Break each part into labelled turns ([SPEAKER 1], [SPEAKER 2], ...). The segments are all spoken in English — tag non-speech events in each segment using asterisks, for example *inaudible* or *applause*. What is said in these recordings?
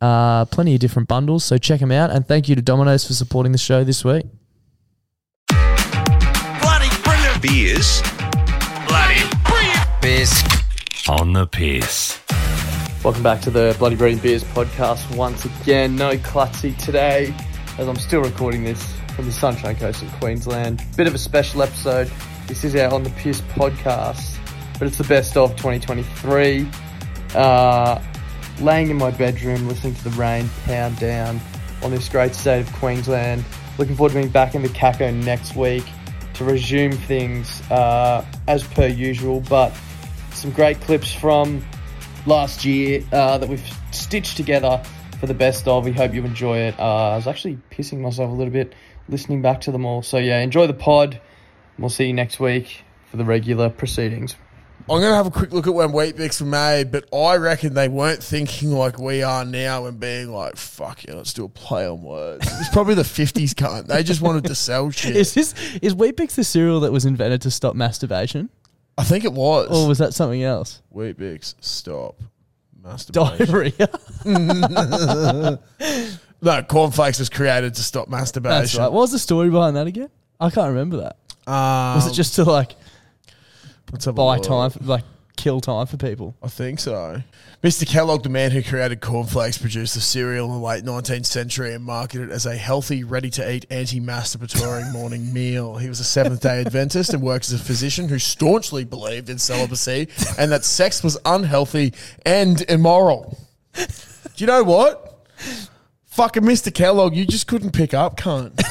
[SPEAKER 1] Uh, plenty of different bundles, so check them out. And thank you to Domino's for supporting the show this week.
[SPEAKER 2] Bloody brilliant.
[SPEAKER 3] beers
[SPEAKER 2] Bloody brilliant.
[SPEAKER 3] on the piss.
[SPEAKER 1] Welcome back to the Bloody Breathing Beers podcast once again. No klutzy today, as I'm still recording this from the Sunshine Coast of Queensland. Bit of a special episode. This is our On the Piss podcast, but it's the best of 2023. Uh, laying in my bedroom, listening to the rain pound down on this great state of Queensland. Looking forward to being back in the CACO next week to resume things uh, as per usual, but some great clips from last year uh, that we've stitched together for the best of. We hope you enjoy it. Uh, I was actually pissing myself a little bit listening back to them all. So, yeah, enjoy the pod. We'll see you next week for the regular proceedings.
[SPEAKER 4] I'm going to have a quick look at when wheat bix were made, but I reckon they weren't thinking like we are now and being like, fuck yeah, let's do a play on words. It's probably the 50s cunt. They just wanted
[SPEAKER 1] *laughs*
[SPEAKER 4] to sell shit.
[SPEAKER 1] Is this is Weet-Bix the cereal that was invented to stop masturbation,
[SPEAKER 4] I think it was.
[SPEAKER 1] or was that something else? *laughs*
[SPEAKER 4] wheat bix, stop. Masturbation.
[SPEAKER 1] Diarrhea.
[SPEAKER 4] no, cornflakes was created to stop masturbation.
[SPEAKER 1] That's right. What was the story behind that again? I can't remember that.
[SPEAKER 4] Um,
[SPEAKER 1] Was it just to like
[SPEAKER 4] let's have a
[SPEAKER 1] buy
[SPEAKER 4] look.
[SPEAKER 1] time, for, like kill time for people?
[SPEAKER 4] I think so. Mr. Kellogg, the man who created cornflakes, produced the cereal in the late 19th century and marketed it as a healthy, ready to eat,
[SPEAKER 1] *laughs*
[SPEAKER 4] anti masturbatory morning meal. He was a Seventh day Adventist and worked as a physician who staunchly believed in celibacy and that sex was unhealthy and immoral. Do you know what? Fucking Mr. Kellogg, you just couldn't pick
[SPEAKER 1] *laughs*
[SPEAKER 4] up, cunt.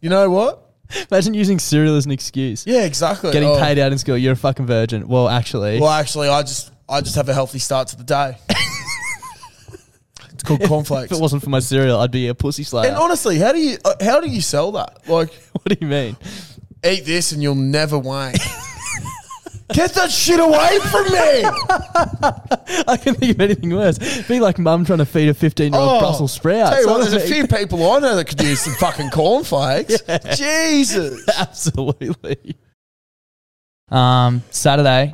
[SPEAKER 4] You know what?
[SPEAKER 1] Imagine using cereal as an excuse.
[SPEAKER 4] Yeah, exactly.
[SPEAKER 1] Getting
[SPEAKER 4] Oh.
[SPEAKER 1] paid out in school, you're a fucking virgin. Well, actually,
[SPEAKER 4] Well, actually, I just I just have a healthy start to the day. it's called
[SPEAKER 1] *laughs*
[SPEAKER 4] cornflakes.
[SPEAKER 1] if it wasn't for my cereal, I'd be a pussy slayer. *laughs*
[SPEAKER 4] and honestly, how do you uh, how do you sell that? Like,
[SPEAKER 1] what do you mean?
[SPEAKER 4] *laughs* eat this and you'll never wank. Get that shit away from me!
[SPEAKER 1] I can think of anything worse. Be like mum trying to feed a 15 year old Brussels sprout.
[SPEAKER 4] Oh, Tell you what,
[SPEAKER 1] Sort of
[SPEAKER 4] there's a
[SPEAKER 1] thing.
[SPEAKER 4] few people I know that could use some fucking *laughs* cornflakes. Jesus.
[SPEAKER 1] *laughs* Absolutely. Um, Saturday,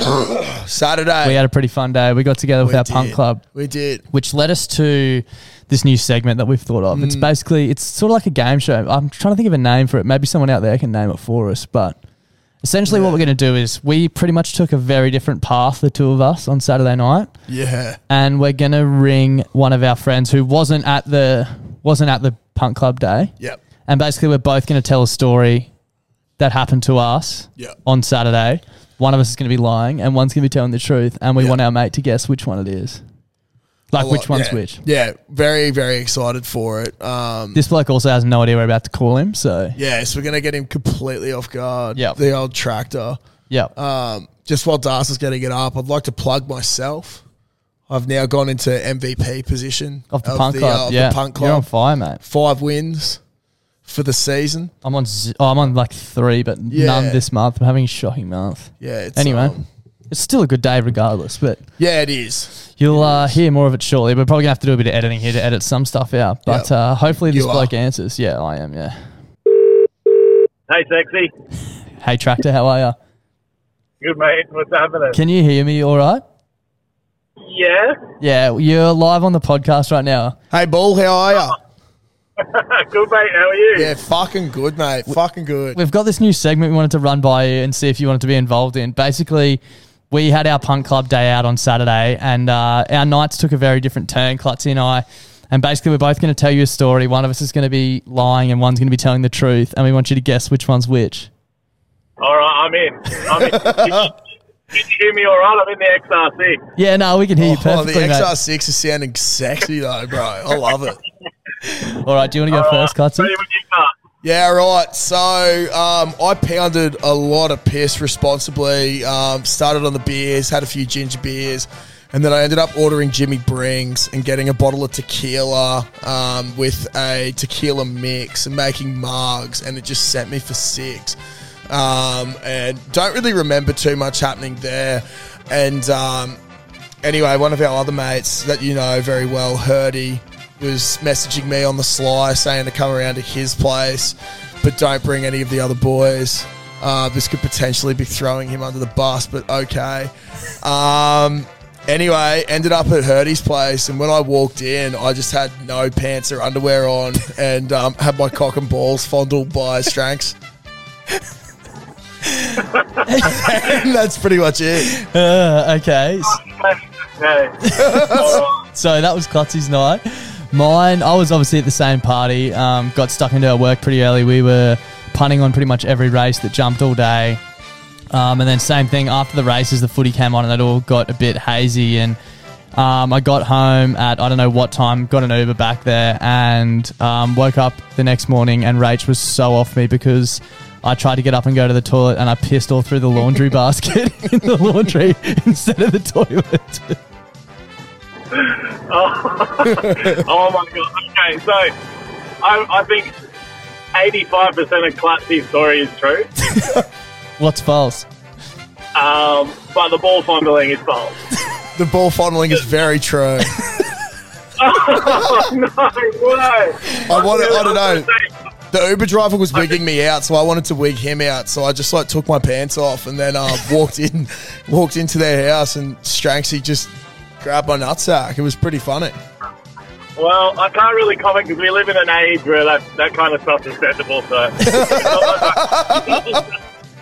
[SPEAKER 4] Saturday.
[SPEAKER 1] we had a pretty fun day. We got together with
[SPEAKER 4] We
[SPEAKER 1] our punk
[SPEAKER 4] did.
[SPEAKER 1] club,
[SPEAKER 4] We did.
[SPEAKER 1] which led us to this new segment that we've thought of.
[SPEAKER 4] Hmm.
[SPEAKER 1] It's basically, it's sort of like a game show. I'm trying to think of a name for it. Maybe someone out there can name it for us, but. Essentially, what we're going to do is we pretty much took a very different path, the two of us, on Saturday night.
[SPEAKER 4] Yeah.
[SPEAKER 1] and we're gonna ring one of our friends who wasn't at the wasn't at the punk club day.
[SPEAKER 4] Yep.
[SPEAKER 1] And basically, we're both gonna tell a story that happened to us
[SPEAKER 4] Yep.
[SPEAKER 1] on Saturday. One of us is gonna be lying, and one's gonna be telling the truth, and we
[SPEAKER 4] Yep.
[SPEAKER 1] want our mate to guess which one it is. Like
[SPEAKER 4] A
[SPEAKER 1] which
[SPEAKER 4] lot,
[SPEAKER 1] one's
[SPEAKER 4] yeah.
[SPEAKER 1] which.
[SPEAKER 4] Yeah. Very, very excited for it. Um,
[SPEAKER 1] This bloke also has no idea we're about to call him, so
[SPEAKER 4] yeah, so we're going to get him completely off guard.
[SPEAKER 1] Yep.
[SPEAKER 4] The old tractor.
[SPEAKER 1] yeah.
[SPEAKER 4] Um, just while Das is getting it up, I'd like to plug myself. I've now gone into MVP position
[SPEAKER 1] of the punk club,
[SPEAKER 4] uh, of
[SPEAKER 1] yeah.
[SPEAKER 4] the punk
[SPEAKER 1] You're on
[SPEAKER 4] club.
[SPEAKER 1] fire, mate.
[SPEAKER 4] Five wins for the season.
[SPEAKER 1] I'm on. Z- oh, I'm on like three, but
[SPEAKER 4] Yeah.
[SPEAKER 1] none this month. I'm having a shocking month.
[SPEAKER 4] Yeah. It's,
[SPEAKER 1] Anyway,
[SPEAKER 4] um,
[SPEAKER 1] it's still a good day regardless. But
[SPEAKER 4] yeah, it is.
[SPEAKER 1] You'll uh, hear more of it shortly. We're probably gonna have to do a bit of editing here to edit some stuff out. But
[SPEAKER 4] Yeah.
[SPEAKER 1] uh, hopefully this
[SPEAKER 4] You
[SPEAKER 1] bloke
[SPEAKER 4] are.
[SPEAKER 1] answers. Yeah, I am. Yeah.
[SPEAKER 5] Hey, sexy.
[SPEAKER 1] Hey, tractor, how are you?
[SPEAKER 5] Good mate. What's happening?
[SPEAKER 1] Can you hear me? All right.
[SPEAKER 5] yeah.
[SPEAKER 1] Yeah, you're live on the podcast right now.
[SPEAKER 4] Hey, Bull, how are you?
[SPEAKER 5] Uh, Good mate. How are you?
[SPEAKER 4] Yeah, fucking good, mate. Fucking good.
[SPEAKER 1] We've got this new segment we wanted to run by you and see if you wanted to be involved in. Basically, we had our punk club day out on Saturday, and uh, our nights took a very different turn. Klutzy and I. And basically, we're both going to tell you a story. One of us is going to be lying, and one's going to be telling the truth. And we want you to guess which one's which.
[SPEAKER 5] All right. I'm in. I'm
[SPEAKER 4] *laughs*
[SPEAKER 5] in. Can you, can you hear me all right? I'm in the XRC.
[SPEAKER 1] Yeah, no, we can hear you
[SPEAKER 4] Oh, the
[SPEAKER 1] perfectly, mate.
[SPEAKER 4] XR6 is sounding sexy though, bro. I love it.
[SPEAKER 1] All right, do you want to go first, Clutzy?
[SPEAKER 5] Ready when you start.
[SPEAKER 4] Yeah, right. So um, I pounded a lot of piss responsibly. Um, started on the beers, had a few ginger beers, and then I ended up ordering Jimmy Brings and getting a bottle of tequila um, with a tequila mix and making margs, and it just sent me for six. Um, and don't really remember too much happening there. And um, anyway, one of our other mates that you know very well, Herdy, was messaging me on the sly saying to come around to his place, but don't bring any of the other boys. Uh, this could potentially be throwing him under the bus, but okay. Um, anyway, ended up at Herdy's place, and when I walked in, I just had no pants or underwear on and um, had my cock and balls fondled by Stranks. *laughs* and that's pretty much it.
[SPEAKER 1] Uh, okay, s-
[SPEAKER 4] *laughs*
[SPEAKER 5] Yeah. all right.
[SPEAKER 1] so that was Clutzy's night. Mine, I was obviously at the same party, um, got stuck into our work pretty early. We were punting on pretty much every race that jumped all day. Um, and then same thing, after the races, the footy came on and it all got a bit hazy. And um, I got home at I don't know what time, got an Uber back there, and um, woke up the next morning and Rach was so off me because I tried to get up and go to the toilet and I pissed all through the laundry *laughs* basket in the laundry *laughs* instead of the toilet.
[SPEAKER 5] Oh my god. Okay. So, I, I think 85% of Clutzy's story is true,
[SPEAKER 1] What's false?
[SPEAKER 5] um, but the ball fondling is
[SPEAKER 4] *laughs*
[SPEAKER 5] false. *laughs*
[SPEAKER 4] The ball fondling is very true.
[SPEAKER 5] no way.
[SPEAKER 4] I want to, I don't know.
[SPEAKER 5] know.
[SPEAKER 4] The Uber driver was wigging me out, so I wanted to wig him out. So I just like took my pants off and then um, walked in, *laughs* walked into their house, and Stranksy just grabbed my nutsack. It was pretty funny.
[SPEAKER 5] Well, I can't really comment because we live in an age where that, that kind of stuff's acceptable.
[SPEAKER 4] *laughs*
[SPEAKER 5] So,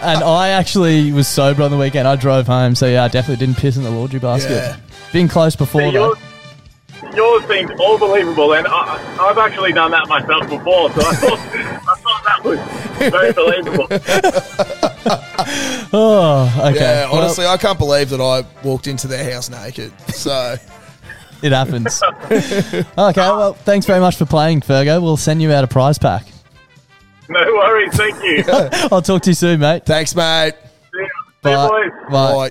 [SPEAKER 1] And I actually was sober on the weekend. I drove home, so yeah, I definitely didn't piss in the laundry basket.
[SPEAKER 4] Yeah.
[SPEAKER 1] Been close before though.
[SPEAKER 5] yours, yours seems all believable, and I, I've actually done that myself before. So I thought, I thought that was very believable.
[SPEAKER 1] Oh, okay.
[SPEAKER 4] Yeah,
[SPEAKER 1] Well,
[SPEAKER 4] honestly, I can't believe that I walked into their house naked. So *laughs*
[SPEAKER 1] it happens. okay, well, thanks very much for playing, Fergo. We'll send you out a prize pack.
[SPEAKER 5] No worries. Thank you. See
[SPEAKER 1] I'll talk to you soon, mate.
[SPEAKER 4] thanks, mate.
[SPEAKER 5] you- see you,
[SPEAKER 1] Bye.
[SPEAKER 5] boys.
[SPEAKER 1] Bye.
[SPEAKER 4] Bye.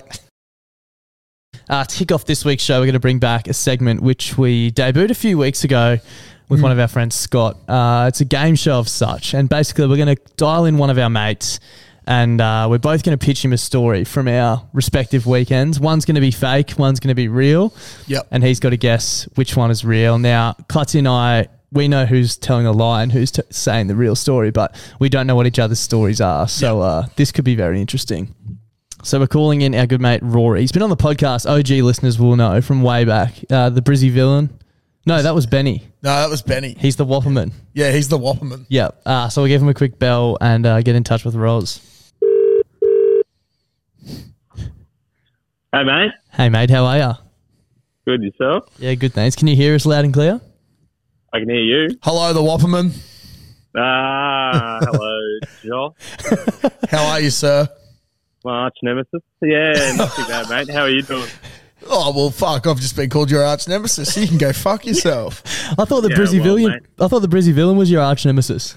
[SPEAKER 1] Uh, to kick off this week's show, we're going to bring back a segment which we debuted a few weeks ago with one of our friends, Scott. Uh, it's a game show of such. And basically, we're going to dial in one of our mates and uh, we're both going to pitch him a story from our respective weekends. One's going to be fake, one's going to be real.
[SPEAKER 4] Yep.
[SPEAKER 1] And he's got to guess which one is real. Now, Clutzy and I, we know who's telling a lie and who's t- saying the real story, but we don't know what each other's stories are. So uh, this could be very interesting. So we're calling in our good mate Rory. He's been on the podcast. OG listeners will know from way back. Uh, the Brizzy villain. No, that was Benny.
[SPEAKER 4] No, that was Benny.
[SPEAKER 1] He's the Whopperman.
[SPEAKER 4] Yeah, he's the Whopperman.
[SPEAKER 1] Yeah. Uh, so we'll give him a quick bell and uh, get in touch with Roz.
[SPEAKER 5] Hey, mate.
[SPEAKER 1] Hey, mate, how are ya?
[SPEAKER 5] Good yourself?
[SPEAKER 1] Yeah, good thanks. Can you hear us loud and clear?
[SPEAKER 5] I can hear you.
[SPEAKER 4] Hello, the Whopperman.
[SPEAKER 5] Ah, hello, Josh.
[SPEAKER 4] How are you, sir?
[SPEAKER 5] My arch nemesis. Yeah, not too bad, mate. How are you doing?
[SPEAKER 4] Oh well, fuck! I've just been called your arch nemesis. You can go fuck yourself.
[SPEAKER 1] I thought the
[SPEAKER 5] Yeah,
[SPEAKER 1] Brizzy
[SPEAKER 5] well,
[SPEAKER 1] villain.
[SPEAKER 5] mate.
[SPEAKER 1] I thought the Brizzy villain was your arch nemesis.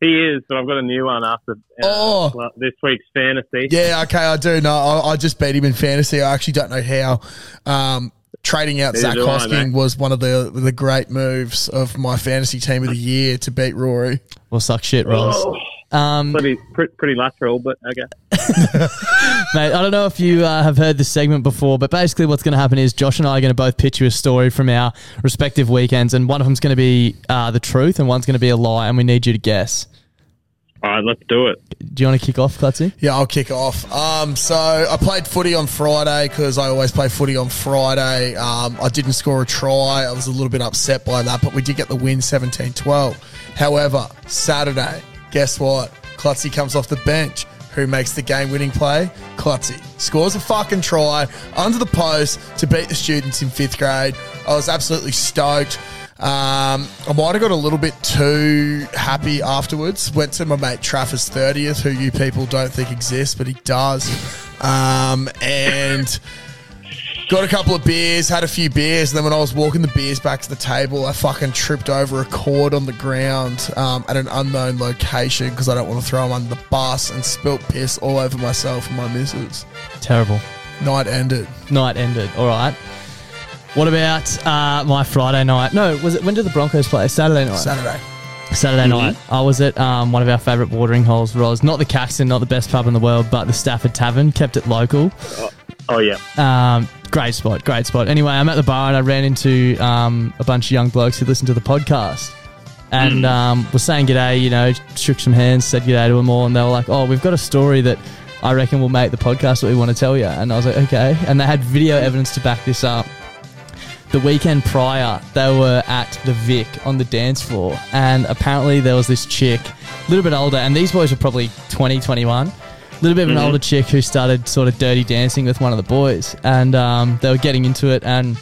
[SPEAKER 5] He is, but I've got a new one after uh,
[SPEAKER 4] Oh.
[SPEAKER 5] well, this week's fantasy.
[SPEAKER 4] *laughs* Yeah, okay, I do. No, I, I just beat him in fantasy. I actually don't know how. Um, trading out
[SPEAKER 5] Neither
[SPEAKER 4] Zach
[SPEAKER 5] do I,
[SPEAKER 4] Hosking
[SPEAKER 5] mate.
[SPEAKER 4] was one of the the great moves of my fantasy team of the year to beat Rory.
[SPEAKER 1] Well, suck shit, Roz.
[SPEAKER 5] Oh.
[SPEAKER 1] Um,
[SPEAKER 5] Pretty, pretty, pretty lateral, but okay.
[SPEAKER 1] Mate, I don't know if you uh, have heard this segment before, but basically what's going to happen is Josh and I are going to both pitch you a story from our respective weekends, and one of them's going to be uh, the truth and one's going to be a lie, and we need you to guess.
[SPEAKER 5] All right, let's do it.
[SPEAKER 1] Do you want to kick off, Clutzy?
[SPEAKER 4] Yeah, I'll kick off. Um, so I played footy on Friday because I always play footy on Friday. Um, I didn't score a try. I was a little bit upset by that, but we did get the win 17 12. However, Saturday, guess what? Klutzy comes off the bench. Who makes the game winning play? Klutzy. Scores a fucking try under the post to beat the students in fifth grade. I was absolutely stoked. Um, I might have got a little bit too happy afterwards. Went to my mate Trafford's 30th, who you people don't think exists, but he does. Um, and got a couple of beers, had a few beers. And then when I was walking the beers back to the table, I fucking tripped over a cord on the ground um, at an unknown location because I don't want to throw him under the bus and spilt piss all over myself and my missus.
[SPEAKER 1] Terrible.
[SPEAKER 4] Night ended.
[SPEAKER 1] Night ended. All right. What about uh, my Friday night? No, was it when did the Broncos play? Saturday night.
[SPEAKER 4] Saturday.
[SPEAKER 1] Saturday night, I was at um, one of our favourite watering holes, Roz. Not the Caxton, not the best pub in the world, but the Stafford Tavern. Kept it local.
[SPEAKER 5] Oh yeah,
[SPEAKER 1] Um, great spot, great spot. Anyway, I'm at the bar and I ran into um, a bunch of young blokes who listened to the podcast and um, was saying g'day, you know, shook some hands, said g'day to them all, and they were like, oh, we've got a story that I reckon will make the podcast that we want to tell you. And I was like, okay. And they had video evidence to back this up. The weekend prior, they were at the Vic on the dance floor, and apparently there was this chick, a little bit older, and these boys were probably 20, 21 little bit of an older chick who started sort of dirty dancing with one of the boys, and um, they were getting into it, and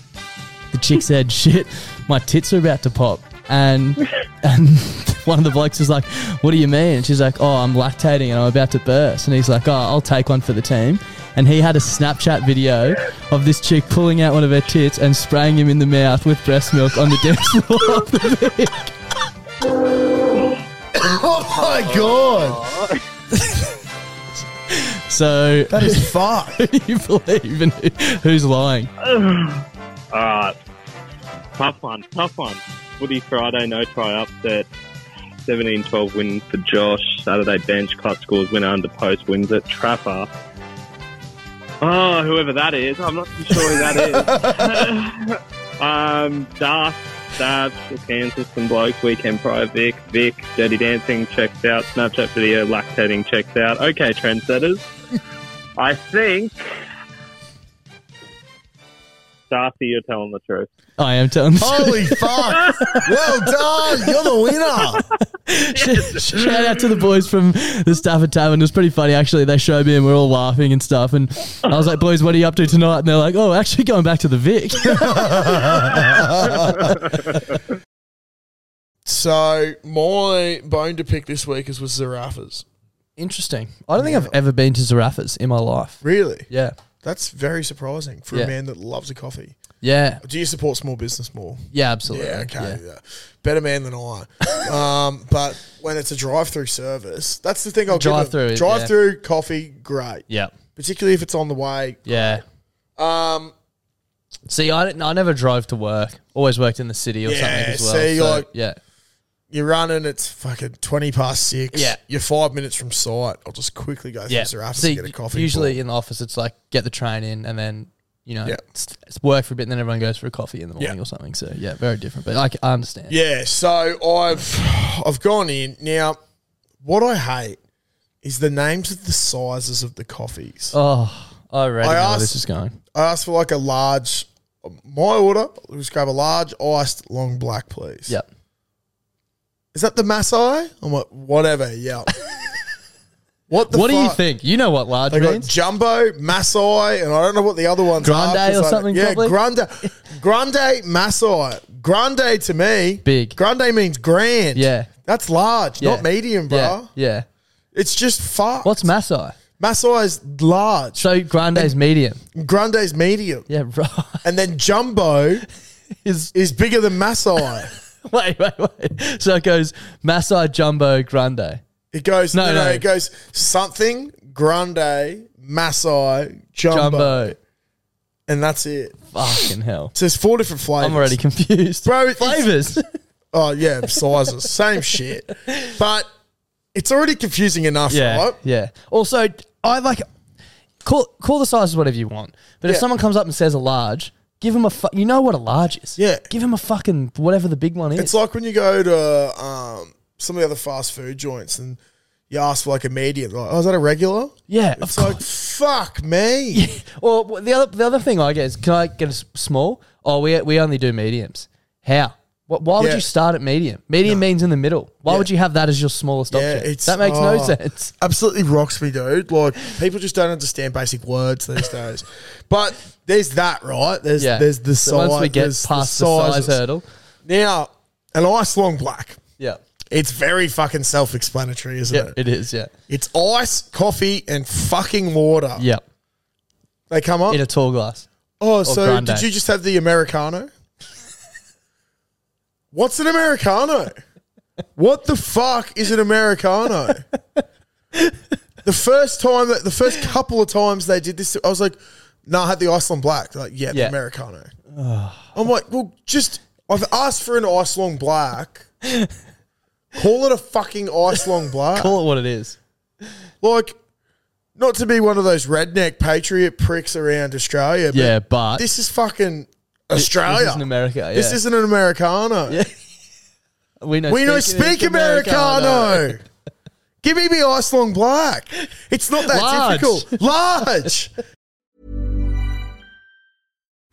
[SPEAKER 1] the chick said, *laughs* "Shit, my tits are about to pop," and and *laughs* one of the blokes was like, "What do you mean?" And she's like, "Oh, I'm lactating and I'm about to burst," and he's like, "Oh, I'll take one for the team." And he had a Snapchat video of this chick pulling out one of her tits and spraying him in the mouth with breast milk on the dance *laughs* floor. of the Vic.
[SPEAKER 4] Oh my God.
[SPEAKER 1] so, *laughs*
[SPEAKER 4] That is fucked.
[SPEAKER 1] who do you believe and who- who's lying?
[SPEAKER 5] all right. Uh, Tough one, tough one. Woody Friday, no try upset. 17-12 win for Josh. Saturday bench, clutch scores, winner under post, wins at Trapper. Oh, whoever that is, I'm not too sure who that is. um, Darth, Darth, Kansas, some blokes, weekend prior, Vic, Vic, Dirty Dancing, checks out, Snapchat video, lactating, checks out. Okay, trendsetters. I think. Darcy, you're telling the truth.
[SPEAKER 1] I am telling the truth.
[SPEAKER 4] *laughs* Holy fuck. Well done. You're the winner.
[SPEAKER 1] *laughs* Shout out to the boys from the Stafford Tavern. It was pretty funny, actually. They showed me and we are all laughing and stuff. And I was like, boys, what are you up to tonight? And they're like, oh, actually going back to the Vic.
[SPEAKER 4] So my bone to pick this week is with Zarafas.
[SPEAKER 1] Interesting. I don't think I've ever been to Zarafas in my life.
[SPEAKER 4] Really?
[SPEAKER 1] Yeah.
[SPEAKER 4] That's very surprising for
[SPEAKER 1] Yeah.
[SPEAKER 4] a man that loves a coffee.
[SPEAKER 1] Yeah.
[SPEAKER 4] Do you support small business more?
[SPEAKER 1] Yeah, absolutely.
[SPEAKER 4] Yeah, okay. yeah. Better man than I. *laughs* um, but when it's a drive-through service, that's the thing I'll
[SPEAKER 1] Drive-through,
[SPEAKER 4] give
[SPEAKER 1] yeah.
[SPEAKER 4] them. Drive-through coffee, great.
[SPEAKER 1] Yeah.
[SPEAKER 4] Particularly if it's on the way.
[SPEAKER 1] Yeah.
[SPEAKER 4] Um,
[SPEAKER 1] See, I, didn't, I never drove to work. Always worked in the city or
[SPEAKER 4] Yeah,
[SPEAKER 1] something as well.
[SPEAKER 4] see,
[SPEAKER 1] so,
[SPEAKER 4] like-
[SPEAKER 1] yeah.
[SPEAKER 4] You're running. It's fucking twenty past six.
[SPEAKER 6] Yeah.
[SPEAKER 4] you're five minutes from sight. I'll just quickly go through
[SPEAKER 1] Yeah.
[SPEAKER 4] yeah. Serapis
[SPEAKER 1] See,
[SPEAKER 4] and get a coffee.
[SPEAKER 1] usually
[SPEAKER 4] Paul.
[SPEAKER 1] in the office, it's like get the train in and then, you know,
[SPEAKER 4] Yeah.
[SPEAKER 1] it's, it's work for a bit and then everyone goes for a coffee in the
[SPEAKER 4] Yeah.
[SPEAKER 1] morning or something. So, yeah, very different. But I, c- I understand.
[SPEAKER 4] yeah. So I've I've gone in now. What I hate is the names of the sizes of the coffees.
[SPEAKER 1] Oh, I already
[SPEAKER 4] I
[SPEAKER 1] know where
[SPEAKER 4] asked-
[SPEAKER 1] this is going.
[SPEAKER 4] I asked for like a large. My order was grab a large iced long black, please.
[SPEAKER 1] Yep.
[SPEAKER 4] Is that the Maasai? I'm like, whatever.
[SPEAKER 1] *laughs*
[SPEAKER 4] Yeah. what the
[SPEAKER 1] What do you
[SPEAKER 4] fuck?
[SPEAKER 1] think? You know what large
[SPEAKER 4] They got
[SPEAKER 1] means?
[SPEAKER 4] jumbo, Maasai, and I don't know what the other ones are.
[SPEAKER 1] Grande
[SPEAKER 4] 'cause
[SPEAKER 1] or
[SPEAKER 4] I-
[SPEAKER 1] something,
[SPEAKER 4] Yeah,
[SPEAKER 1] probably?
[SPEAKER 4] grande, grande, Maasai. Grande to me,
[SPEAKER 1] Big.
[SPEAKER 4] Grande means grand.
[SPEAKER 1] Yeah.
[SPEAKER 4] that's large,
[SPEAKER 1] Yeah.
[SPEAKER 4] not medium, bro.
[SPEAKER 1] yeah. Yeah.
[SPEAKER 4] It's just fuck.
[SPEAKER 1] What's Masai?
[SPEAKER 4] Maasai is large.
[SPEAKER 1] So Grande's medium.
[SPEAKER 4] Grande's medium,
[SPEAKER 1] Yeah, *laughs* right.
[SPEAKER 4] and then jumbo
[SPEAKER 1] Is
[SPEAKER 4] is bigger than
[SPEAKER 1] *laughs*
[SPEAKER 4] Maasai.
[SPEAKER 1] wait, wait, wait. So it goes Masai, Jumbo, Grande.
[SPEAKER 4] It goes no,
[SPEAKER 1] No,
[SPEAKER 4] no,
[SPEAKER 1] no.
[SPEAKER 4] It goes something grande, Maasai, jumbo,
[SPEAKER 1] Jumbo.
[SPEAKER 4] and that's it.
[SPEAKER 1] Fucking hell.
[SPEAKER 4] So there's four different flavors.
[SPEAKER 1] I'm already confused.
[SPEAKER 4] Bro, it's-
[SPEAKER 1] Flavors. *laughs*
[SPEAKER 4] Oh yeah, sizes, same shit. But it's already confusing enough,
[SPEAKER 1] yeah.
[SPEAKER 4] right?
[SPEAKER 1] Yeah. Also, I like call call the sizes whatever you want. But if
[SPEAKER 4] Yeah.
[SPEAKER 1] someone comes up and says a large, give him a fu- you know what a large is.
[SPEAKER 4] Yeah.
[SPEAKER 1] Give him a fucking whatever the big one is.
[SPEAKER 4] It's like when you go to um, some of the other fast food joints and you ask for like a medium, like, oh, is that a regular?
[SPEAKER 1] yeah. Of *laughs*
[SPEAKER 4] It's like
[SPEAKER 1] course.
[SPEAKER 4] fuck me.
[SPEAKER 1] Or wh- the other the other thing I get is can I get a s- small? Oh, we we only do mediums. How? Wh- Why would
[SPEAKER 4] Yeah.
[SPEAKER 1] you start at medium? Medium means in the middle. Why
[SPEAKER 4] Yeah.
[SPEAKER 1] would you have that as your smallest
[SPEAKER 4] Yeah,
[SPEAKER 1] option?
[SPEAKER 4] it's-
[SPEAKER 1] that makes no
[SPEAKER 4] oh.
[SPEAKER 1] sense.
[SPEAKER 4] Absolutely rocks me, dude. Like people just don't understand basic words these
[SPEAKER 1] *laughs*
[SPEAKER 4] days. But there's that, right? There's
[SPEAKER 1] Yeah.
[SPEAKER 4] there's the
[SPEAKER 1] So
[SPEAKER 4] size.
[SPEAKER 1] Once we get
[SPEAKER 4] there's
[SPEAKER 1] past the size
[SPEAKER 4] sizes.
[SPEAKER 1] hurdle.
[SPEAKER 4] Now, an ice long black.
[SPEAKER 1] Yeah.
[SPEAKER 4] It's very fucking self-explanatory, isn't
[SPEAKER 1] Yeah, it
[SPEAKER 4] it?
[SPEAKER 1] is. Yeah.
[SPEAKER 4] It's ice, coffee, and fucking water.
[SPEAKER 1] Yeah.
[SPEAKER 4] They come up.
[SPEAKER 1] In a tall glass.
[SPEAKER 4] oh, so
[SPEAKER 1] grande.
[SPEAKER 4] did you just have the Americano? What's an Americano? what the fuck is an Americano? the first time that the first couple of times they did this, I was like, no, I had the Iceland black. They're like, yeah,
[SPEAKER 1] Yeah.
[SPEAKER 4] the Americano. I'm like, well, just I've asked for an Iceland black. Call it a fucking Iceland black.
[SPEAKER 1] Call it what it is.
[SPEAKER 4] Like, not to be one of those redneck patriot pricks around Australia, but
[SPEAKER 1] Yeah, but
[SPEAKER 4] this is fucking Australia.
[SPEAKER 1] This isn't America. Yeah.
[SPEAKER 4] This isn't an Americano.
[SPEAKER 1] we know
[SPEAKER 4] We don't speak Americano.
[SPEAKER 1] *laughs*
[SPEAKER 4] Give me me Iceland black. It's not that
[SPEAKER 1] Large.
[SPEAKER 4] difficult. Large.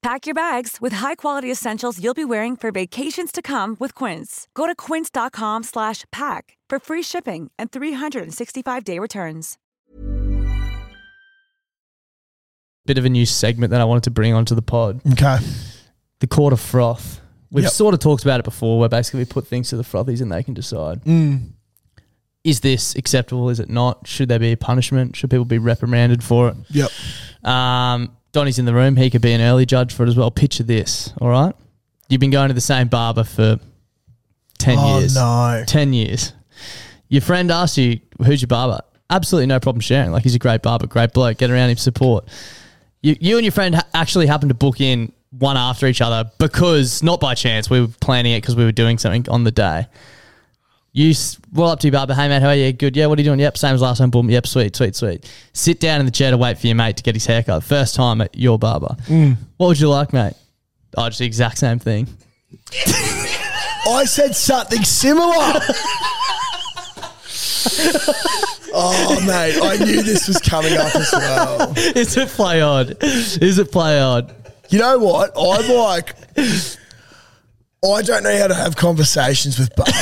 [SPEAKER 7] Pack your bags with high-quality essentials you'll be wearing for vacations to come with Quince. Go to quince.com slash pack for free shipping and 365-day returns.
[SPEAKER 1] Bit of a new segment that I wanted to bring onto the pod.
[SPEAKER 4] Okay.
[SPEAKER 1] The quarter froth. We've
[SPEAKER 4] Yep.
[SPEAKER 1] sort of talked about it before, where basically we put things to the frothies and they can decide.
[SPEAKER 4] Mm.
[SPEAKER 1] Is this acceptable? Is it not? Should there be a punishment? Should people be reprimanded for it?
[SPEAKER 4] Yep.
[SPEAKER 1] Um, Donnie's in the room. He could be an early judge for it as well. Picture this, all right? You've been going to the same barber for 10
[SPEAKER 4] Oh
[SPEAKER 1] years.
[SPEAKER 4] no.
[SPEAKER 1] 10 years. Your friend asks you, who's your barber? Absolutely no problem sharing. Like, he's a great barber, great bloke. Get around him, support. You, you and your friend ha- actually happened to book in one after each other because, not by chance, we were planning it because we were doing something on the day. You, s- well up to your barber. Hey, mate, how are you? Good. Yeah, what are you doing? Yep, same as last time. Boom. Yep, sweet, sweet, sweet. Sit down in the chair to wait for your mate to get his haircut. First time at your barber. What would you like, mate? Oh, just the exact same thing. *laughs* *laughs*
[SPEAKER 4] I said something similar. Oh, mate, I knew this was coming up as well.
[SPEAKER 1] Is it play on? Is it play on?
[SPEAKER 4] You know what? I'm like, I don't know how to have conversations with barbers.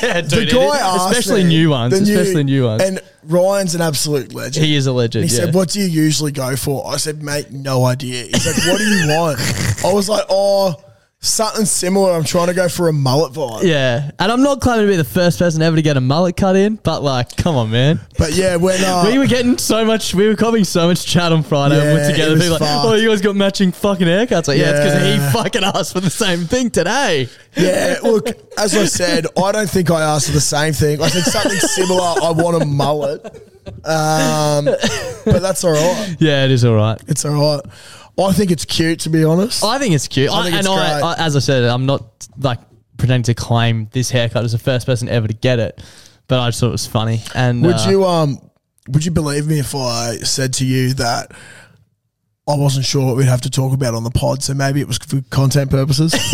[SPEAKER 1] Yeah, dude.
[SPEAKER 4] The
[SPEAKER 1] it
[SPEAKER 4] guy
[SPEAKER 1] is-
[SPEAKER 4] asked
[SPEAKER 1] especially
[SPEAKER 4] me-
[SPEAKER 1] new ones.
[SPEAKER 4] the
[SPEAKER 1] especially new ones.
[SPEAKER 4] And Ryan's an absolute legend.
[SPEAKER 1] he is a legend.
[SPEAKER 4] He
[SPEAKER 1] yeah.
[SPEAKER 4] said, "What do you usually go for?" I said, "Mate, no idea." He's like, "What
[SPEAKER 1] *laughs*
[SPEAKER 4] do you want?" I was like, "Oh, something similar. I'm trying to go for a mullet vibe."
[SPEAKER 1] Yeah, and I'm not claiming to be the first person ever to get a mullet cut in, but like, come on, man.
[SPEAKER 4] But yeah, when uh,
[SPEAKER 1] we were getting so much, we were copying so much chat on Friday. and
[SPEAKER 4] Yeah,
[SPEAKER 1] we're together,
[SPEAKER 4] it was
[SPEAKER 1] people like,
[SPEAKER 4] fucked.
[SPEAKER 1] oh, you guys got matching fucking haircuts. Like, yeah, it's
[SPEAKER 4] Yeah.
[SPEAKER 1] because he fucking asked for the same thing today.
[SPEAKER 4] yeah, look, as I said, I don't think I asked for the same thing. I said something similar. I want a mullet, um, but that's all right.
[SPEAKER 1] Yeah, it is all right.
[SPEAKER 4] It's all right. I think it's cute, to be honest.
[SPEAKER 1] I think it's cute.
[SPEAKER 4] I think
[SPEAKER 1] I-
[SPEAKER 4] it's
[SPEAKER 1] and I,
[SPEAKER 4] great.
[SPEAKER 1] I, as I said, I'm not like pretending to claim this haircut as the first person ever to get it, but I just thought it was funny. And
[SPEAKER 4] Would
[SPEAKER 1] uh,
[SPEAKER 4] you um would you believe me if I said to you that I wasn't sure what we'd have to talk about on the pod, so maybe it was for content *laughs* purposes.
[SPEAKER 1] *laughs*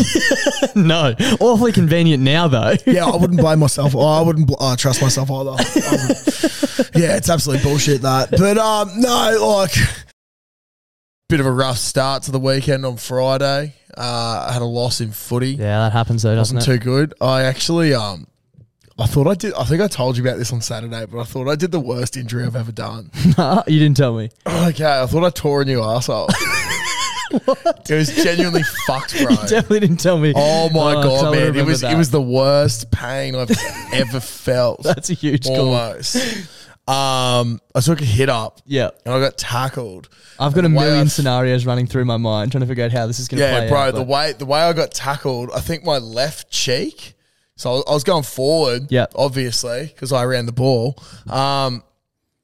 [SPEAKER 1] No, awfully convenient now though.
[SPEAKER 4] yeah, I wouldn't blame myself. I wouldn't bl- uh, trust myself either. I *laughs* would- yeah, it's absolute bullshit that. But um, no, like bit of a rough start to the weekend on Friday. Uh, I had a loss in footy.
[SPEAKER 1] yeah, that happens though, doesn't
[SPEAKER 4] wasn't
[SPEAKER 1] it?
[SPEAKER 4] too good. I actually um I thought I did. I think I told you about this on Saturday, but I thought I did the worst injury I've ever done.
[SPEAKER 1] *laughs* you didn't
[SPEAKER 4] *laughs*
[SPEAKER 1] tell me.
[SPEAKER 4] Okay, Oh, I thought I tore a
[SPEAKER 1] *laughs*
[SPEAKER 4] new asshole. It was genuinely fucked, bro.
[SPEAKER 1] You *laughs* definitely didn't tell me.
[SPEAKER 4] oh my
[SPEAKER 1] Oh, 'cause I
[SPEAKER 4] god,
[SPEAKER 1] would
[SPEAKER 4] man! It
[SPEAKER 1] remember
[SPEAKER 4] was
[SPEAKER 1] that.
[SPEAKER 4] it was the worst pain I've ever
[SPEAKER 1] *laughs*
[SPEAKER 4] felt.
[SPEAKER 1] That's a huge call.
[SPEAKER 4] almost. Um, I took a hit up.
[SPEAKER 1] Yeah.
[SPEAKER 4] and I got tackled.
[SPEAKER 1] I've got a
[SPEAKER 4] And the way
[SPEAKER 1] million
[SPEAKER 4] I-
[SPEAKER 1] scenarios running through my mind, trying to figure out how this is going to
[SPEAKER 4] Yeah,
[SPEAKER 1] play
[SPEAKER 4] bro.
[SPEAKER 1] out,
[SPEAKER 4] the
[SPEAKER 1] but-
[SPEAKER 4] way the way I got tackled, I think my left cheek. So I was, I was going forward.
[SPEAKER 1] Yeah.
[SPEAKER 4] obviously because I ran the ball. Um,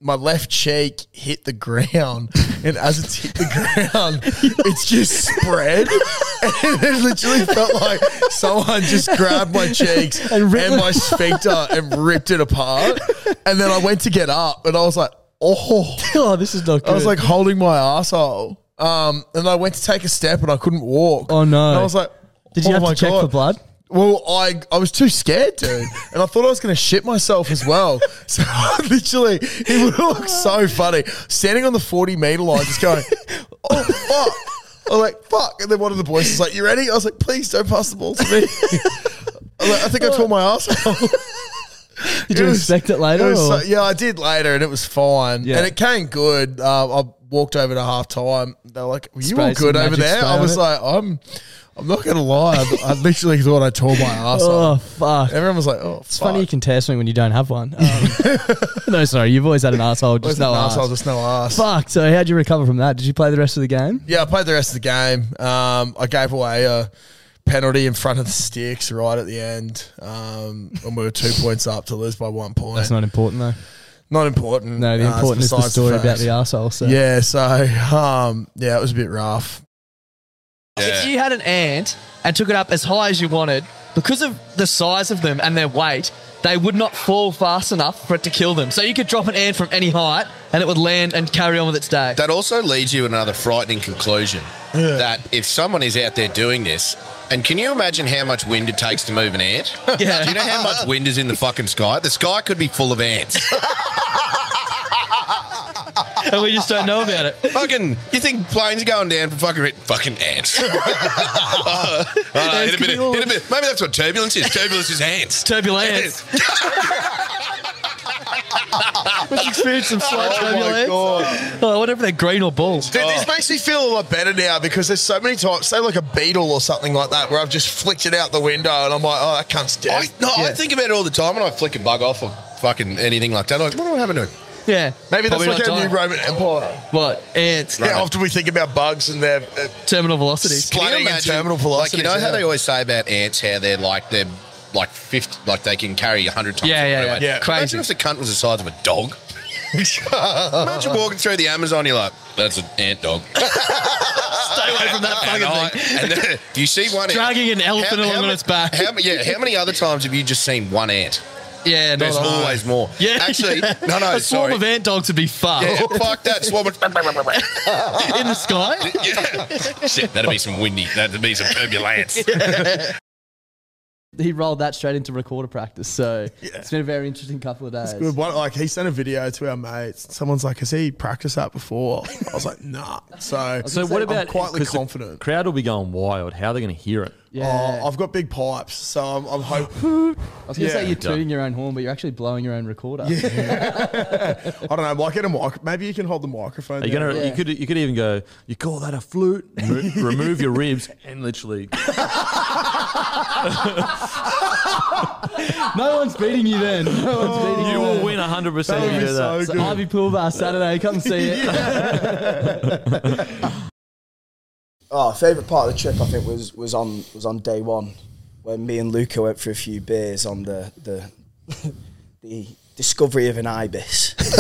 [SPEAKER 4] my left cheek hit the ground, *laughs* and as it's hit the ground,
[SPEAKER 1] *laughs*
[SPEAKER 4] it's just spread. *laughs* And it literally felt like someone just grabbed my cheeks
[SPEAKER 1] *laughs* And
[SPEAKER 4] and,
[SPEAKER 1] ripped
[SPEAKER 4] my sphincter and ripped it apart. And then I went to get up, and I was like, "Oh!"
[SPEAKER 1] *laughs* oh, this is not good.
[SPEAKER 4] I was like holding my asshole. Um, and I went to take a step, and I couldn't walk.
[SPEAKER 1] Oh, no.
[SPEAKER 4] And I was like,
[SPEAKER 1] did you
[SPEAKER 4] "Oh
[SPEAKER 1] have
[SPEAKER 4] my
[SPEAKER 1] to check
[SPEAKER 4] God."
[SPEAKER 1] for blood?
[SPEAKER 4] Well, I I was too scared, dude, and I thought I was going to shit myself as well. *laughs* So literally, it would look so funny standing on the forty meter line, just going, *laughs* "Oh fuck!" I was like, "Fuck!" And then one of the boys was like, "You ready?" I was like, "Please don't pass the ball to me." *laughs* I, was like, I think I tore my asshole.
[SPEAKER 1] Did *laughs* you
[SPEAKER 4] It was-
[SPEAKER 1] inspect it
[SPEAKER 4] It
[SPEAKER 1] later?
[SPEAKER 4] was so-
[SPEAKER 1] or-
[SPEAKER 4] yeah, I did later, and it was fine,
[SPEAKER 1] Yeah.
[SPEAKER 4] and it came good. Um, I walked over to half time. They're like, "Were you all
[SPEAKER 1] Sprayed some
[SPEAKER 4] good over
[SPEAKER 1] magic
[SPEAKER 4] there?"
[SPEAKER 1] spray
[SPEAKER 4] I
[SPEAKER 1] on
[SPEAKER 4] was
[SPEAKER 1] it.
[SPEAKER 4] like, "I'm." I'm not gonna lie. I, I literally thought I tore my asshole.
[SPEAKER 1] oh fuck!
[SPEAKER 4] Everyone was like, "Oh,
[SPEAKER 1] It's funny you can tear something when you don't have
[SPEAKER 4] *laughs*
[SPEAKER 1] one. Um, *laughs* no, sorry, you've always had an asshole, just no ass.
[SPEAKER 4] asshole, just no ass."
[SPEAKER 1] Fuck. So how'd you recover from that? Did you play the rest of the game?
[SPEAKER 4] Yeah, I played the rest of the game. Um, I gave away a penalty in front of the sticks right at the end, um, and we were two points up to lose by one point.
[SPEAKER 1] That's not important though.
[SPEAKER 4] Not important.
[SPEAKER 1] No, the
[SPEAKER 4] Uh, it's
[SPEAKER 1] important is the
[SPEAKER 4] besides
[SPEAKER 1] story about
[SPEAKER 4] fact.
[SPEAKER 1] the asshole. So
[SPEAKER 4] Yeah, so um, yeah, it was a bit rough.
[SPEAKER 8] If you had an ant and took it up as high as you wanted, because of the size of them and their weight, they would not fall fast enough for it to kill them. So you could drop an ant from any height and it would land and carry on with its day.
[SPEAKER 9] That also leads you to another frightening conclusion that if someone is out there doing this, and can you imagine how much wind it takes to move an ant?
[SPEAKER 8] Yeah.
[SPEAKER 9] Do you know how much wind is in the fucking sky? The sky could be full of ants.
[SPEAKER 8] and *laughs* we just don't know about it.
[SPEAKER 9] fucking, you think planes are going down for fucking fucking ants? *laughs* Oh, oh, hit a bit of- hit a bit- Maybe that's what turbulence is. Turbulence is
[SPEAKER 8] *laughs*
[SPEAKER 9] ants.
[SPEAKER 8] Turbulence. Let's experience some slight turbulence. Oh, I wonder if they're green or balls.
[SPEAKER 4] Dude, this makes me feel a lot better now because there's so many times, say like a beetle or something like that, where I've just flicked it out the window and I'm like, oh, that cunt's dead.
[SPEAKER 9] I, no, I think about it all the time when I flick a bug off or fucking anything like that. I'm like, what do I happen to it?
[SPEAKER 8] Yeah.
[SPEAKER 4] Maybe that's
[SPEAKER 8] Probably
[SPEAKER 4] like
[SPEAKER 8] not
[SPEAKER 4] our new
[SPEAKER 8] dying.
[SPEAKER 4] Roman Empire.
[SPEAKER 8] What? Ants.
[SPEAKER 4] Yeah, often we think about bugs and their uh,
[SPEAKER 8] Terminal velocities.
[SPEAKER 4] Can you Bloody imagine- terminal
[SPEAKER 9] Like, you
[SPEAKER 4] velocities,
[SPEAKER 9] know how
[SPEAKER 4] yeah.
[SPEAKER 9] they always say about ants, how they're like they're like fifty, like they can carry hundred times.
[SPEAKER 8] Yeah,
[SPEAKER 9] their
[SPEAKER 8] yeah,
[SPEAKER 9] weight.
[SPEAKER 8] yeah. Yeah. Crazy.
[SPEAKER 9] Imagine if the cunt was the size of a
[SPEAKER 4] *laughs*
[SPEAKER 9] dog. Imagine walking through the Amazon, you're like, that's an
[SPEAKER 8] *laughs*
[SPEAKER 9] ant dog.
[SPEAKER 8] Stay away from that
[SPEAKER 9] *laughs* And, I,
[SPEAKER 8] fucking thing.
[SPEAKER 9] and then if you see one
[SPEAKER 8] Dragging an
[SPEAKER 9] how-
[SPEAKER 8] elephant
[SPEAKER 9] how
[SPEAKER 8] along on
[SPEAKER 9] ma-
[SPEAKER 8] its back.
[SPEAKER 9] How, yeah, how many other times have you just seen one ant?
[SPEAKER 8] Yeah,
[SPEAKER 9] There's
[SPEAKER 8] not a-
[SPEAKER 9] always more.
[SPEAKER 8] *laughs* Yeah,
[SPEAKER 9] actually,
[SPEAKER 8] yeah.
[SPEAKER 9] no, no,
[SPEAKER 8] A swarm
[SPEAKER 9] sorry.
[SPEAKER 8] of ant dogs would be fun
[SPEAKER 9] yeah, fuck that swarm. of-
[SPEAKER 8] *laughs*
[SPEAKER 9] *laughs*
[SPEAKER 8] in the sky. *laughs*
[SPEAKER 9] Yeah. Shit, that'd be some windy. That'd be some turbulence.
[SPEAKER 1] he rolled that straight into recorder practice. So it's been a very interesting couple of days.
[SPEAKER 10] It's good. One, like he sent a video to our mates. Someone's like, "Has he practiced that before?" I was like, "Nah." So,
[SPEAKER 2] So what about
[SPEAKER 10] I'm quietly
[SPEAKER 2] 'cause the
[SPEAKER 10] confident.
[SPEAKER 2] crowd will be going wild. How are they going to hear it?
[SPEAKER 10] Oh, I've got big pipes, so I'm, I'm hoping.
[SPEAKER 1] I was going to say you're tooting your own horn, but you're actually blowing your own recorder.
[SPEAKER 10] I don't know. Like, get a mic. Maybe you can hold the microphone.
[SPEAKER 2] Are you
[SPEAKER 10] down.
[SPEAKER 2] gonna? You could. You could even go. You call that a flute? Remo-
[SPEAKER 11] *laughs*
[SPEAKER 2] remove your ribs and literally.
[SPEAKER 1] *laughs* no one's beating you then. No one's
[SPEAKER 10] Oh,
[SPEAKER 1] beating
[SPEAKER 11] Oh.
[SPEAKER 1] you.
[SPEAKER 2] You will win 100%
[SPEAKER 1] That
[SPEAKER 2] if
[SPEAKER 1] would
[SPEAKER 2] you
[SPEAKER 1] be
[SPEAKER 2] do that.
[SPEAKER 1] So Ivy Pool Bar Saturday. Come see it. *laughs*
[SPEAKER 11] Oh, favorite part of the trip, I think, was was on was on day one when me and Luca went for a few beers on the the *laughs* the discovery of an ibis. *laughs* it's,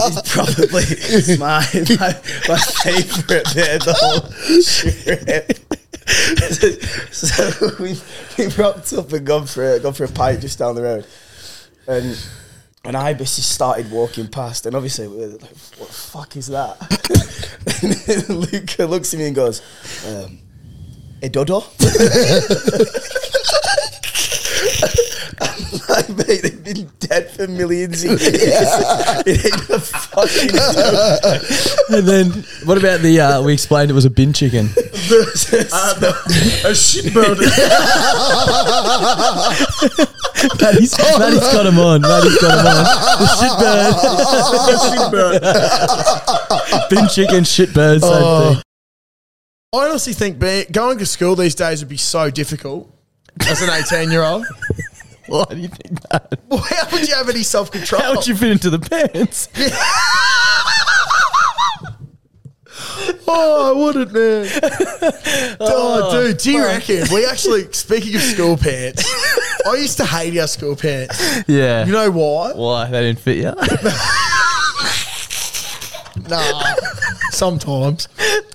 [SPEAKER 11] it's probably my my, my favorite bit of the whole trip. *laughs* so *laughs* we we rocked up and gone for a, gone for a pint just down the road, and. an ibis has started walking past, and obviously we're like, "What the fuck is that?" *laughs* and Luca looks at me and goes, um, "A dodo." *laughs* I'm like, mate, they've been dead for millions of years. *laughs* it ain't a fucking
[SPEAKER 10] *laughs*
[SPEAKER 11] dodo.
[SPEAKER 1] and then what about the? Uh, we explained it was a bin
[SPEAKER 10] *laughs*
[SPEAKER 1] chicken.
[SPEAKER 10] Uh,
[SPEAKER 11] a shitbird.
[SPEAKER 1] Maddie's, Maddie's got him on. Maddie's got him on. The
[SPEAKER 10] *laughs*
[SPEAKER 1] shitbird. *laughs* bin chicken, shitbird, same
[SPEAKER 10] Oh.
[SPEAKER 1] thing.
[SPEAKER 10] I honestly think being, going to school these days would be so difficult as an 18 year *laughs* old.
[SPEAKER 1] Why do you think that?
[SPEAKER 10] How would you have any self control?
[SPEAKER 1] How would you fit into the pants?
[SPEAKER 10] *laughs* Oh, I wouldn't, man. oh,
[SPEAKER 1] Oh,
[SPEAKER 10] dude, do you
[SPEAKER 1] fuck.
[SPEAKER 10] reckon? We actually, speaking of school pants, I used to hate our school pants.
[SPEAKER 1] Yeah.
[SPEAKER 10] You know why?
[SPEAKER 1] Why they didn't fit you?
[SPEAKER 10] Nah. Sometimes.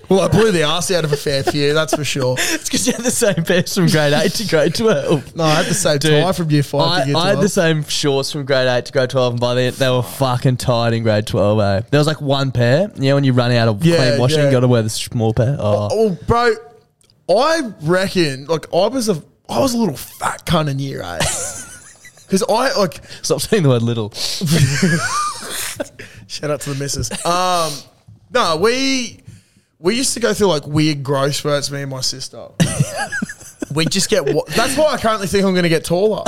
[SPEAKER 10] Well, I blew the arse out of a fair few, that's for sure.
[SPEAKER 1] it's because you had the same pants from grade eight to grade twelve.
[SPEAKER 10] No, I had the same tie from year five
[SPEAKER 1] I,
[SPEAKER 10] to year
[SPEAKER 1] I had
[SPEAKER 10] 12.
[SPEAKER 1] the same shorts from grade eight to grade twelve, and by then they were fucking tired in grade twelve. Eh? There was like one pair. Yeah, when you run out of
[SPEAKER 10] Yeah,
[SPEAKER 1] clean washing,
[SPEAKER 10] yeah.
[SPEAKER 1] you got to wear the small pair. Oh.
[SPEAKER 10] Well, bro, I reckon like I was a I was a little fat cunt in year eight. Because I like
[SPEAKER 1] stop saying the word little.
[SPEAKER 10] Shout out to the missus. Um, no, we we used to go through like weird growth spurts. Me and
[SPEAKER 1] *laughs*
[SPEAKER 10] my sister. we just get. Wa- That's why I currently think I'm going to get taller.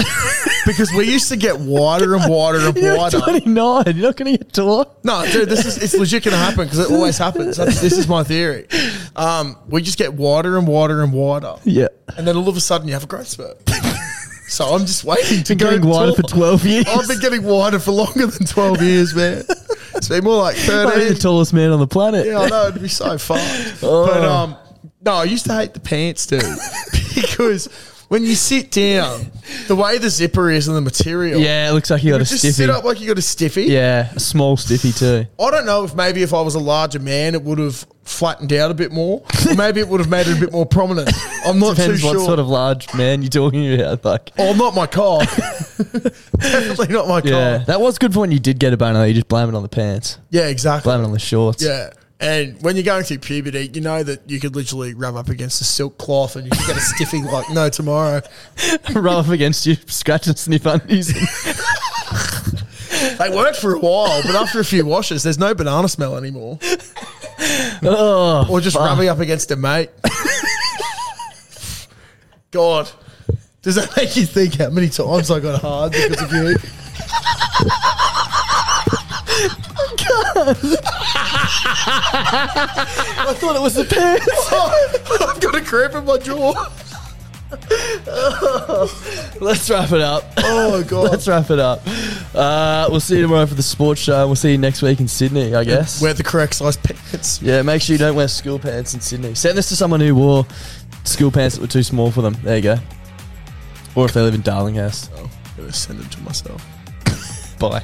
[SPEAKER 10] Because we used to get wider and wider and
[SPEAKER 1] You're
[SPEAKER 10] wider.
[SPEAKER 1] 29. You're not going to get taller.
[SPEAKER 10] No, dude, this is it's legit going to happen because it always happens. That's, this is my theory. Um, we just get wider and wider and wider.
[SPEAKER 1] Yeah.
[SPEAKER 10] and then all of a sudden you have a growth spurt. so I'm just waiting to
[SPEAKER 1] Been
[SPEAKER 10] go
[SPEAKER 1] getting wider for 12 years. *laughs*
[SPEAKER 10] I've been getting wider for longer than 12 years, man. It's been more
[SPEAKER 1] *laughs*
[SPEAKER 10] like
[SPEAKER 1] Might be
[SPEAKER 10] 13.
[SPEAKER 1] the tallest man on the planet.
[SPEAKER 10] Yeah, I know it'd
[SPEAKER 1] *laughs*
[SPEAKER 10] be so fun.
[SPEAKER 1] Oh.
[SPEAKER 10] But um, no, I used to hate the pants, dude, *laughs* because when you sit down, the way the zipper is and the material,
[SPEAKER 1] Yeah, it looks like you got a
[SPEAKER 10] just
[SPEAKER 1] stiffy.
[SPEAKER 10] sit up like you got a stiffy.
[SPEAKER 1] Yeah, a small stiffy too.
[SPEAKER 10] I don't know if maybe if I was a larger man, it would have flattened out a bit more.
[SPEAKER 1] *laughs*
[SPEAKER 10] Or maybe it would have made it a bit more prominent. I'm not
[SPEAKER 1] Depends
[SPEAKER 10] too
[SPEAKER 1] what
[SPEAKER 10] sure.
[SPEAKER 1] sort of large man you're talking about. Like,
[SPEAKER 10] oh, not my
[SPEAKER 1] *laughs*
[SPEAKER 10] car. Definitely not my
[SPEAKER 1] yeah,
[SPEAKER 10] car.
[SPEAKER 1] that was good for when you did get a bone. though. You just blame it on the pants.
[SPEAKER 10] Yeah, exactly.
[SPEAKER 1] Blame it on the shorts. *laughs*
[SPEAKER 10] Yeah. And when you're going through puberty, you know that you could literally rub up against a silk cloth and you could get a stiffy like no tomorrow.
[SPEAKER 1] Rub up against you, scratch and sniff
[SPEAKER 10] *laughs*
[SPEAKER 1] undies.
[SPEAKER 10] They worked for a while, but after a few washes, there's no banana smell anymore.
[SPEAKER 1] oh,
[SPEAKER 10] Or just rubbing up against a mate. God, does that make you think how many times I got hard because of you?
[SPEAKER 1] I thought it was the pants.
[SPEAKER 10] I've got a cramp in my jaw.
[SPEAKER 1] Let's wrap it up. *laughs*
[SPEAKER 10] Oh god.
[SPEAKER 1] Let's wrap it up. Uh, we'll see you tomorrow for the sports show. We'll see you next week in Sydney, I guess.
[SPEAKER 10] Wear the correct size pants.
[SPEAKER 1] Yeah, make sure you don't wear school pants in Sydney. Send this to someone who wore school pants that were too small for them. There you go. Or if they live in Darlinghurst.
[SPEAKER 10] Oh, I'm gonna send it to myself.
[SPEAKER 1] *laughs* Bye.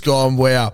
[SPEAKER 10] gone, wow.